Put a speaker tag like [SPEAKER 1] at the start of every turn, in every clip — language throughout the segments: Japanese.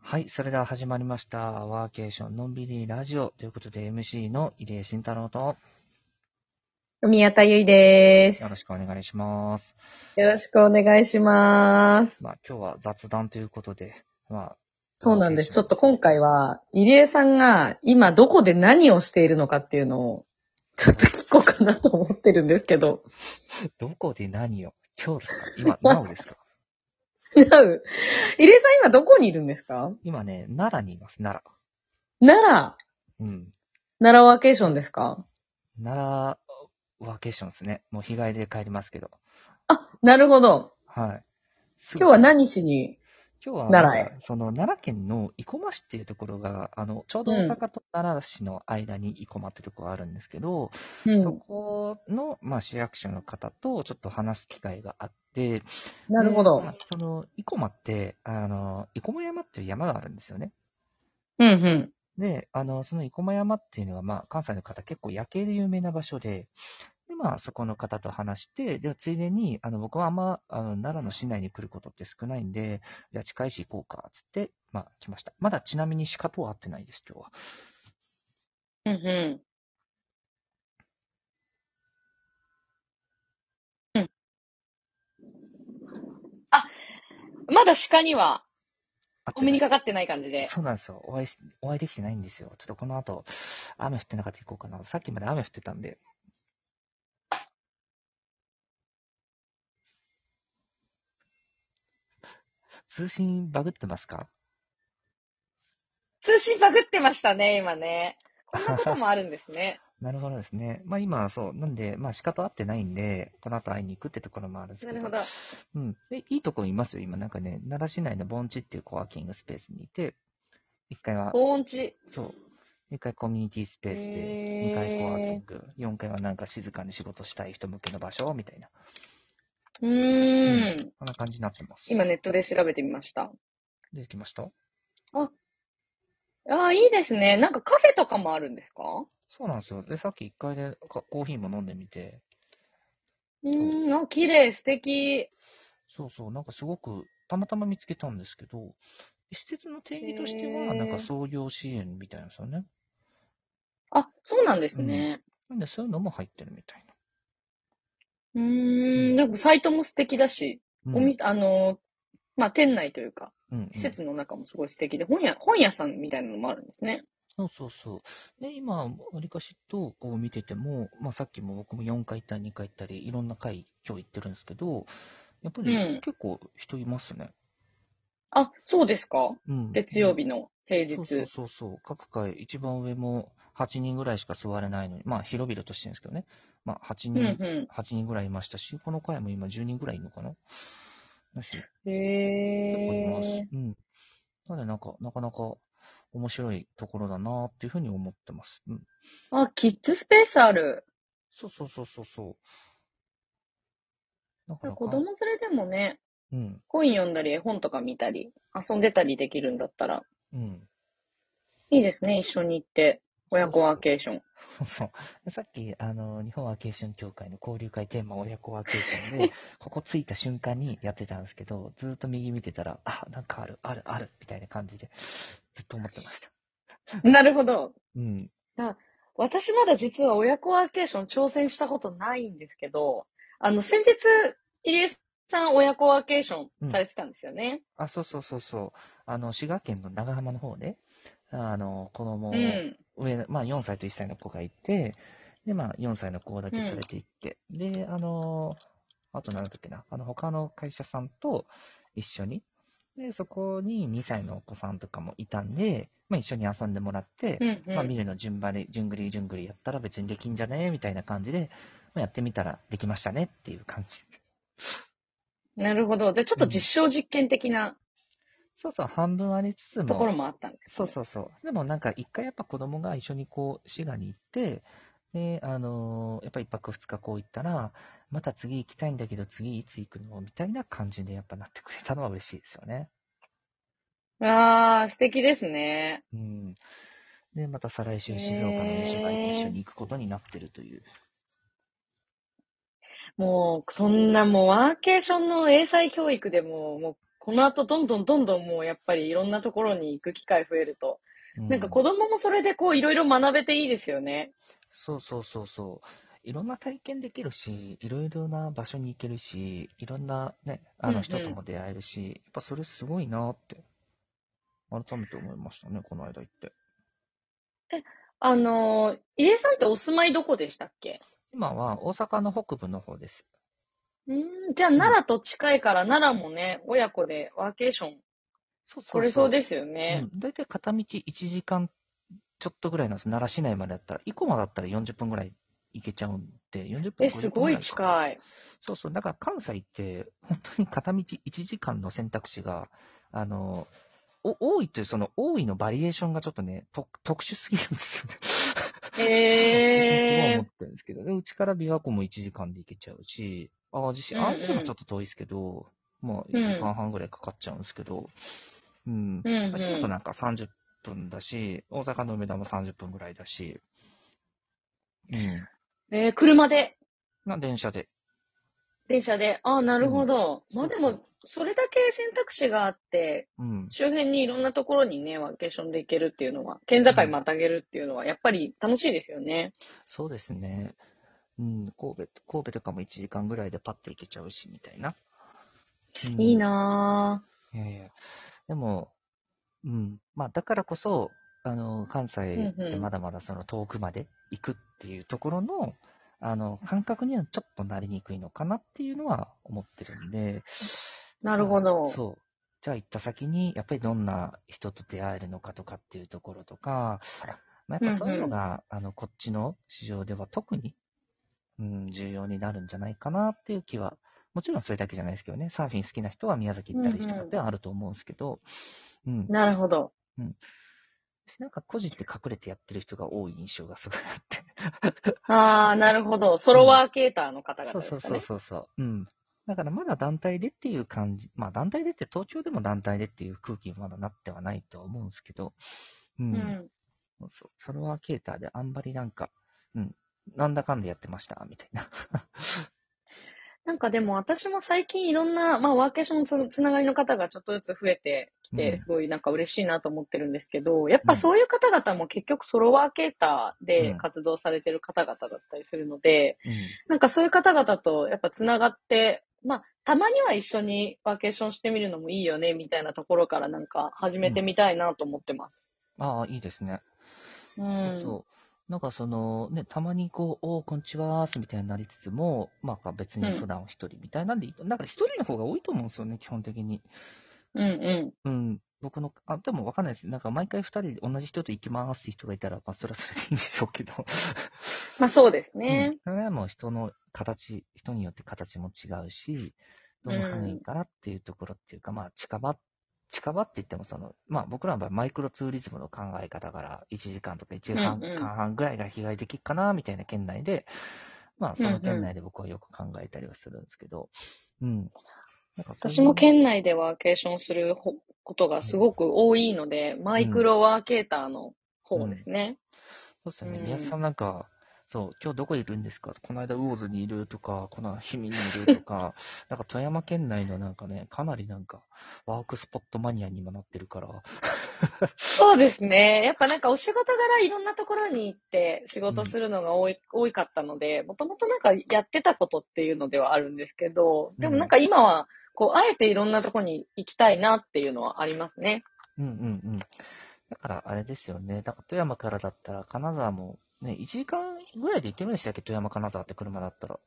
[SPEAKER 1] はい、それでは始まりました。ワーケーションのんびりラジオということで MC の入江慎太郎と
[SPEAKER 2] 宮田ゆいです。
[SPEAKER 1] よろしくお願いします。
[SPEAKER 2] よろしくお願いします。
[SPEAKER 1] まあ今日は雑談ということで、まあ。
[SPEAKER 2] そうなんです。ちょっと今回は、入江さんが今どこで何をしているのかっていうのを、ちょっと聞こうかなと思ってるんですけど。
[SPEAKER 1] どこで何を今日ですか 今、なおですか
[SPEAKER 2] なう。入江さん今どこにいるんですか
[SPEAKER 1] 今ね、奈良にいます、奈
[SPEAKER 2] 良。奈
[SPEAKER 1] 良うん。
[SPEAKER 2] 奈良ワーケーションですか
[SPEAKER 1] 奈良ワーケーションですね。もう日帰りで帰りますけど。
[SPEAKER 2] あ、なるほど。
[SPEAKER 1] はい。
[SPEAKER 2] 今日は何しに
[SPEAKER 1] 今日は、
[SPEAKER 2] 奈良へ。
[SPEAKER 1] その奈良県の生駒市っていうところが、あの、ちょうど大阪と奈良市の間に生駒ってとこがあるんですけど、うん、そこの、まあ、市役所の方とちょっと話す機会があって、
[SPEAKER 2] なるほど。
[SPEAKER 1] まあ、その、生駒って、あの、生駒山っていう山があるんですよね。。
[SPEAKER 2] うんうん
[SPEAKER 1] で、あの、その生駒山っていうのは、まあ、関西の方結構夜景で有名な場所で、で、まあ、そこの方と話して、で、ついでに、あの、僕はあんま、あの、奈良の市内に来ることって少ないんで、じゃあ近いし行こうか、つって、まあ、来ました。まだちなみに鹿とは会ってないです、今日は。
[SPEAKER 2] うんうん。うん。あ、まだ鹿には、お目にかかってない感じで。
[SPEAKER 1] そうなんですよ。お会いし、お会いできてないんですよ。ちょっとこの後、雨降ってなかった行こうかな。さっきまで雨降ってたんで。通信バグってますか
[SPEAKER 2] 通信バグってましたね、今ね。こんなこともあるんです ね。
[SPEAKER 1] なるほどですね。まあ今、そう、なんで、まあ鹿と会ってないんで、この後会いに行くってところもあるんですけど。
[SPEAKER 2] なるほど。
[SPEAKER 1] うん。で、いいとこいますよ、今。なんかね、奈良市内の盆地っていうコワーキングスペースにいて、1階は。
[SPEAKER 2] 盆地
[SPEAKER 1] そう。1階コミュニティスペースで、2階コワーキング、4階はなんか静かに仕事したい人向けの場所、みたいな。
[SPEAKER 2] うん,うん。
[SPEAKER 1] こんな感じになってます。
[SPEAKER 2] 今ネットで調べてみました。
[SPEAKER 1] 出てきました
[SPEAKER 2] あ、ああ、いいですね。なんかカフェとかもあるんですか
[SPEAKER 1] そうなんですよ。で、さっき1階でコーヒーも飲んでみて。
[SPEAKER 2] うん、あ、綺麗、素敵。
[SPEAKER 1] そうそう、なんかすごく、たまたま見つけたんですけど、施設の定義としては、なんか創業支援みたいなんですよね。
[SPEAKER 2] あ、そうなんですね、
[SPEAKER 1] うん。なんでそういうのも入ってるみたいな。
[SPEAKER 2] うん、なんかサイトも素敵だし、うん、お店、あの、まあ、店内というか、うんうん、施設の中もすごい素敵で、本屋、本屋さんみたいなのもあるんですね。
[SPEAKER 1] そうそうそう。で、今、わりかしと、こう見てても、まあ、さっきも僕も4回行ったり2回行ったり、いろんな回今日行ってるんですけど、やっぱり結構人いますね。
[SPEAKER 2] うん、あ、そうですか、
[SPEAKER 1] うん、
[SPEAKER 2] 月曜日の平日。
[SPEAKER 1] そうそうそう各回一番上も8人ぐらいしか座れないのに、まあ広々としてるんですけどね。まあ8人、うんうん、8人ぐらいいましたし、この回も今10人ぐらいいるのかなだし。
[SPEAKER 2] へえ
[SPEAKER 1] ー。結構います。うん。なのでなんか、なかなか面白いところだなっていうふうに思ってます。うん。
[SPEAKER 2] あ、キッズスペースある。。
[SPEAKER 1] そうそうそうそうそう
[SPEAKER 2] なかなか子供連れでもね、
[SPEAKER 1] うん、
[SPEAKER 2] 本読んだり絵本とか見たり、遊んでたりできるんだったら、
[SPEAKER 1] うん、
[SPEAKER 2] いいですね、一緒に行って、親子ワーケーション。。
[SPEAKER 1] そうそうさっき、あの、日本ワーケーション協会の交流会テーマ、親子ワーケーション で、ここ着いた瞬間にやってたんですけど、ずっと右見てたら、あ、なんかある、ある、ある、みたいな感じで、ずっと思ってました
[SPEAKER 2] なるほど。
[SPEAKER 1] うん。
[SPEAKER 2] 私まだ実は親子ワーケーション挑戦したことないんですけど、あの、先日、入江さん親子ワーケーションされてたんですよね。
[SPEAKER 1] うん、あ、そうそうそうそう。あの、滋賀県の長浜の方で、あの、子供、
[SPEAKER 2] うん、
[SPEAKER 1] 上、まあ4歳と1歳の子がいて、で、まあ4歳の子だけ連れて行って、うん、で、あの、あと何だっけな、あの、他の会社さんと一緒に、で、そこに2歳のお子さんとかもいたんで、まあ一緒に遊んでもらって、
[SPEAKER 2] うんうん、
[SPEAKER 1] まあ見るの順番で、順繰り順繰りやったら別にできんじゃねえみたいな感じで、まあ、やってみたらできましたねっていう感じ。
[SPEAKER 2] なるほど。じゃあちょっと実証実験的な、うん、
[SPEAKER 1] そうそう、半分ありつつも。
[SPEAKER 2] ところもあったんです、ね、
[SPEAKER 1] そうそうそう。でもなんか一回やっぱ子供が一緒にこう、滋賀に行って、で、あのー、やっぱ一泊二日こう行ったら、また次行きたいんだけど次いつ行くのみたいな感じでやっぱなってくれたのは嬉しいですよね。
[SPEAKER 2] ああ、素敵ですね。
[SPEAKER 1] うん。で、また再来週静岡の飯が一緒に行くことになってるという。
[SPEAKER 2] もう、そんなもうワーケーションの英才教育でも、もうこの後どんどんどんどんもうやっぱりいろんなところに行く機会増えると、なんか子供もそれでこういろいろ学べていいですよね。
[SPEAKER 1] そうそうそうそう。いろんな体験できるし、いろいろな場所に行けるし、いろんなね、あ
[SPEAKER 2] うんう
[SPEAKER 1] の
[SPEAKER 2] ん
[SPEAKER 1] 人とも出会えるし、やっぱそれすごいなって、改めて思いましたね、この間行って。
[SPEAKER 2] あのー、入江さんってお住まいどこでしたっけ
[SPEAKER 1] 今は大阪の北部の方です。
[SPEAKER 2] うーん、じゃあ奈良と近いから奈良もね、親子でワーケーション
[SPEAKER 1] そうそ
[SPEAKER 2] 取れそう
[SPEAKER 1] す
[SPEAKER 2] ですよね。
[SPEAKER 1] うん、大体片道1時間ちょっとぐらいなんです。奈良市内までだったら、生駒だったら40分ぐらい行けちゃうんで、40分
[SPEAKER 2] え、すごい
[SPEAKER 1] い。
[SPEAKER 2] 近い。
[SPEAKER 1] そうそう、だから関西って、本当に片道1時間の選択肢が、あの、お多いという、その多いのバリエーションがちょっとね、と特殊すぎるんですよね。
[SPEAKER 2] え
[SPEAKER 1] 僕もすごい思ってるんですけど、でうちから琵琶湖も1時間で行けちゃうし、淡路市、
[SPEAKER 2] うんうん
[SPEAKER 1] 淡路市もちょっと遠いですけど、まあ1時間半ぐらいかかっちゃうんですけど、うん
[SPEAKER 2] ー。。うん、
[SPEAKER 1] まあ京都
[SPEAKER 2] う
[SPEAKER 1] なんか30分だし、大阪の梅田も30分ぐらいだし、うん。
[SPEAKER 2] ん。えー、車で、
[SPEAKER 1] まあ電車で。
[SPEAKER 2] 電車で。ああ、なるほど。
[SPEAKER 1] うん
[SPEAKER 2] まあで
[SPEAKER 1] そうそ
[SPEAKER 2] も、それだけ選択肢があって、
[SPEAKER 1] うん。
[SPEAKER 2] 周辺にいろんなところにね、ワーケーションで行けるっていうのは、県境またげるっていうのは、やっぱり楽しいですよね。
[SPEAKER 1] そうですね。うん、神戸、神戸とかも1時間ぐらいでパッと行けちゃうし、みたいな。うん
[SPEAKER 2] いいなぁ。
[SPEAKER 1] いやいや。でも、うん。まあ、だからこそ、あの、関西
[SPEAKER 2] うん
[SPEAKER 1] で
[SPEAKER 2] うん
[SPEAKER 1] まだまだその遠くまで行くっていうところの、あの、感覚にはちょっとなりにくいのかなっていうのは思ってるんで。
[SPEAKER 2] なるほど。
[SPEAKER 1] そう。じゃあ行った先に、やっぱりどんな人と出会えるのかとかっていうところとか、まあ、やっぱそういうのが、あの、こっちの市場では特に、うん、重要になるんじゃないかなっていう気は、もちろんそれだけじゃないですけどね、サーフィン好きな人は宮崎行ったりしたってあると思うんですけど、うん。
[SPEAKER 2] なるほど。
[SPEAKER 1] なんか個人って隠れてやってる人が多い印象がすごいあって。
[SPEAKER 2] ああ、なるほど。ソロワーケーターの方々
[SPEAKER 1] そう
[SPEAKER 2] です
[SPEAKER 1] そ
[SPEAKER 2] か
[SPEAKER 1] う
[SPEAKER 2] ね。
[SPEAKER 1] そうそうそう。うん。だからまだ団体でっていう感じ、まあ団体でって東京でも団体でっていう空気にまだなってはないとは思うんですけど、うん。
[SPEAKER 2] うん。
[SPEAKER 1] そうソロワーケーターであんまりなんか、うん、なんだかんだやってました、みたいな。
[SPEAKER 2] なんかでも私も最近いろんな、まあワーケーションのつつながりの方がちょっとずつ増えてき
[SPEAKER 1] う
[SPEAKER 2] て、
[SPEAKER 1] ん
[SPEAKER 2] すごいなんか嬉しいなと思ってるんですけど、やっぱそういう方々も結局ソロワーケーターで
[SPEAKER 1] うん
[SPEAKER 2] 活動されてる方々だったりするので、
[SPEAKER 1] うん
[SPEAKER 2] なんかそういう方々とやっぱつながって、まあたまには一緒にワーケーションしてみるのもいいよね、みたいなところからなんか始めてみたいなと思ってます。
[SPEAKER 1] ああ、いいですね。
[SPEAKER 2] うん。
[SPEAKER 1] そうそう。なんかその、ね、たまにこう、おーこんにちはーすみたいになりつつも、まあ別に普段は一人みたいなんでいいと、なんか一人の方が多いと思うんですよね、基本的に。
[SPEAKER 2] うんうん。
[SPEAKER 1] うん。僕の、あ、でもわかんないです。なんか毎回二人で同じ人と行きますって人がいたら、まあそれはそれでいいんでしょうけど。
[SPEAKER 2] まあそうです
[SPEAKER 1] う
[SPEAKER 2] ね
[SPEAKER 1] ん。。それはもう人の形、人によって形も違うし、どの範囲からっていうところっていうか、まあ近場、近場って言ってもその、まあ僕らの場合マイクロツーリズムの考え方から1時間とか1時間
[SPEAKER 2] うんうん
[SPEAKER 1] 半ぐらいが被害的かな、みたいな県内で、まあその
[SPEAKER 2] うんう
[SPEAKER 1] 県
[SPEAKER 2] ん
[SPEAKER 1] 内で僕はよく考えたりはするんですけど、うん。なんかそういう
[SPEAKER 2] 私も県内でワーケーションするほことがすごく多いので、マイクロワーケーターの方ですね。
[SPEAKER 1] そうですよね。
[SPEAKER 2] うん
[SPEAKER 1] 宮田さんなんか、そう、今日どこいるんですかこの間、魚津にいるとか、この氷見にいると か、なんか富山県内のなんかね、かなりなんか、ワークスポットマニアに今なってるから、
[SPEAKER 2] そうですね。やっぱなんかお仕事柄いろんなところに行って仕事するのが多い、多かったので、もともとなんかやってたことっていうのではあるんですけど、でもなんか今は、こう、あえていろんなところに行きたいなっていうのはありますね。
[SPEAKER 1] うんうんうん。だからあれですよね、だから富山からだったら、金沢も、ね、1時間ぐらいで行けるんでしたっけ富山、金沢って車だったら。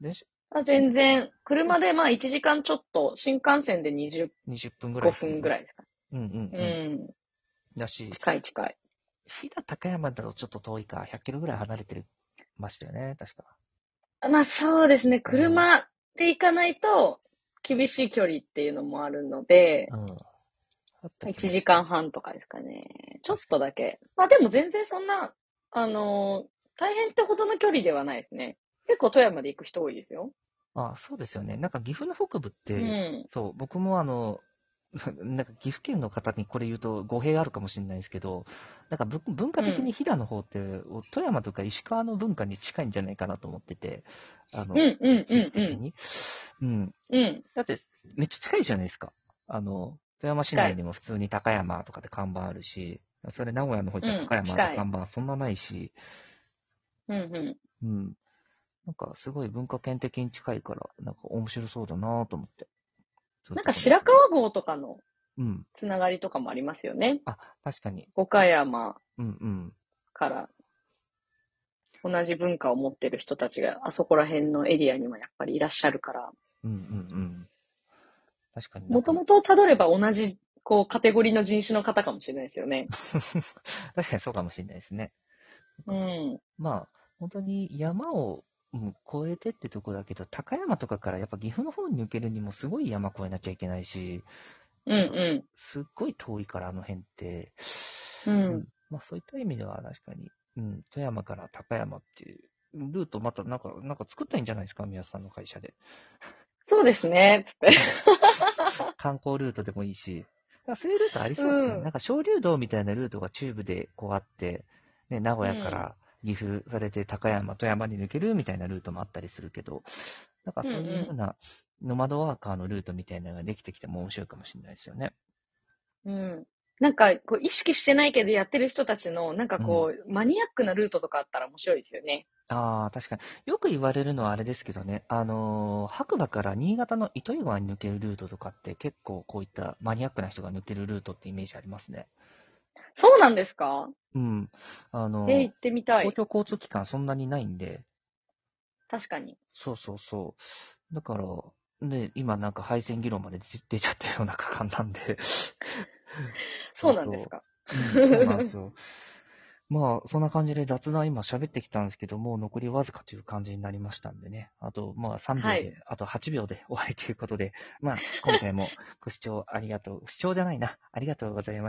[SPEAKER 1] で、し
[SPEAKER 2] あ全然、車でまあ1時間ちょっと、新幹線で25
[SPEAKER 1] 20分ぐらい。
[SPEAKER 2] 分ぐら
[SPEAKER 1] い。
[SPEAKER 2] いですか。
[SPEAKER 1] うんうん、
[SPEAKER 2] う
[SPEAKER 1] うん。
[SPEAKER 2] ん。
[SPEAKER 1] だし、
[SPEAKER 2] 近い近い。
[SPEAKER 1] 飛騨高山だとちょっと遠いか、100キロぐらい離れてましたよね、確か。
[SPEAKER 2] まあそうですね、車で行かないと厳しい距離っていうのもあるので、
[SPEAKER 1] うん。あった気が
[SPEAKER 2] 1時間半とかですかね。ちょっとだけ。まあでも全然そんな、あのー大変ってほどの距離ではないですね。結構富山で行く人多いですよ。
[SPEAKER 1] あそうですよね。なんか岐阜の北部って、
[SPEAKER 2] うん。
[SPEAKER 1] そう、僕もあの、 なんか岐阜県の方にこれ言うと語弊があるかもしれないですけど、なんかぶ文化的に飛騨の方って、富山とか石川の文化に近いんじゃないかなと思ってて、あの、
[SPEAKER 2] うんうん
[SPEAKER 1] 地域
[SPEAKER 2] う
[SPEAKER 1] 的
[SPEAKER 2] ん
[SPEAKER 1] に。うん。
[SPEAKER 2] うん。うん。
[SPEAKER 1] だって、めっちゃ近いじゃないですか。あの、富山市内にも普通に高山とかって看板あるし、それ名古屋の方行ったら高山の看板そんなないし、
[SPEAKER 2] うんう
[SPEAKER 1] う
[SPEAKER 2] ん。
[SPEAKER 1] ん。なんかすごい文化圏的に近いから、なんか面白そうだなと思って。
[SPEAKER 2] なんか白川郷とかの
[SPEAKER 1] うん。
[SPEAKER 2] つながりとかもありますよね。
[SPEAKER 1] あ、確かに。
[SPEAKER 2] 岡山
[SPEAKER 1] うんうん。
[SPEAKER 2] から同じ文化を持ってる人たちがあそこら辺のエリアにもやっぱりいらっしゃるから、
[SPEAKER 1] うんうんうん。確かに。
[SPEAKER 2] もともと辿れば同じこうカテゴリーの人種の方かもしれないですよね。
[SPEAKER 1] 確かにそうかもしれないですね。
[SPEAKER 2] うん。
[SPEAKER 1] まあ、本当に山を、うん、越えてってとこだけど、高山とかからやっぱ岐阜の方に抜けるにもすごい山越えなきゃいけないし、
[SPEAKER 2] うんう
[SPEAKER 1] すっごい遠いからあの辺って、
[SPEAKER 2] ん。うん。
[SPEAKER 1] まあそういった意味では確かに、うん、富山から高山っていう、ルートまたなんか、なんか作ったんじゃないですか、宮津さんの会社で。
[SPEAKER 2] そうですね、つって。
[SPEAKER 1] 観光ルートでもいいし。だからそういうルートありそうですね。
[SPEAKER 2] うん
[SPEAKER 1] なんか小流道みたいなルートが中部でこうあって、ね、名古屋から岐阜されて高山、富山に抜けるみたいなルートもあったりするけど、なんかそういうふうなノマドワーカーのルートみたいなのができてきても面白いかもしれないですよね。
[SPEAKER 2] うん。なんか、こう、意識してないけどやってる人たちの、なんかこう、マニアックなルートとかあったら面白いですよね。
[SPEAKER 1] ああ、確かに。よく言われるのはあれですけどね、あのー白馬から新潟の糸魚川に抜けるルートとかって結構こういったマニアックな人が抜けるルートってイメージありますね。
[SPEAKER 2] そうなんですか
[SPEAKER 1] うん。あのー
[SPEAKER 2] え、行ってみた
[SPEAKER 1] 公
[SPEAKER 2] い。
[SPEAKER 1] 共交通機関そんなにないんで、
[SPEAKER 2] 確かに。
[SPEAKER 1] そうそうそう。だから、ね、今なんか配線議論まで出出ちゃったような果敢なんで。
[SPEAKER 2] そうなんですか。
[SPEAKER 1] うんそうなんですよ。 まあ、そんな感じで雑談今喋ってきたんですけど、もう残りわずかという感じになりましたんでね。あと、まあ3秒で、
[SPEAKER 2] はい
[SPEAKER 1] あと8秒 で終わりということで、まあ今回もご視聴ありがとう、視聴じゃないな、ありがとうございました。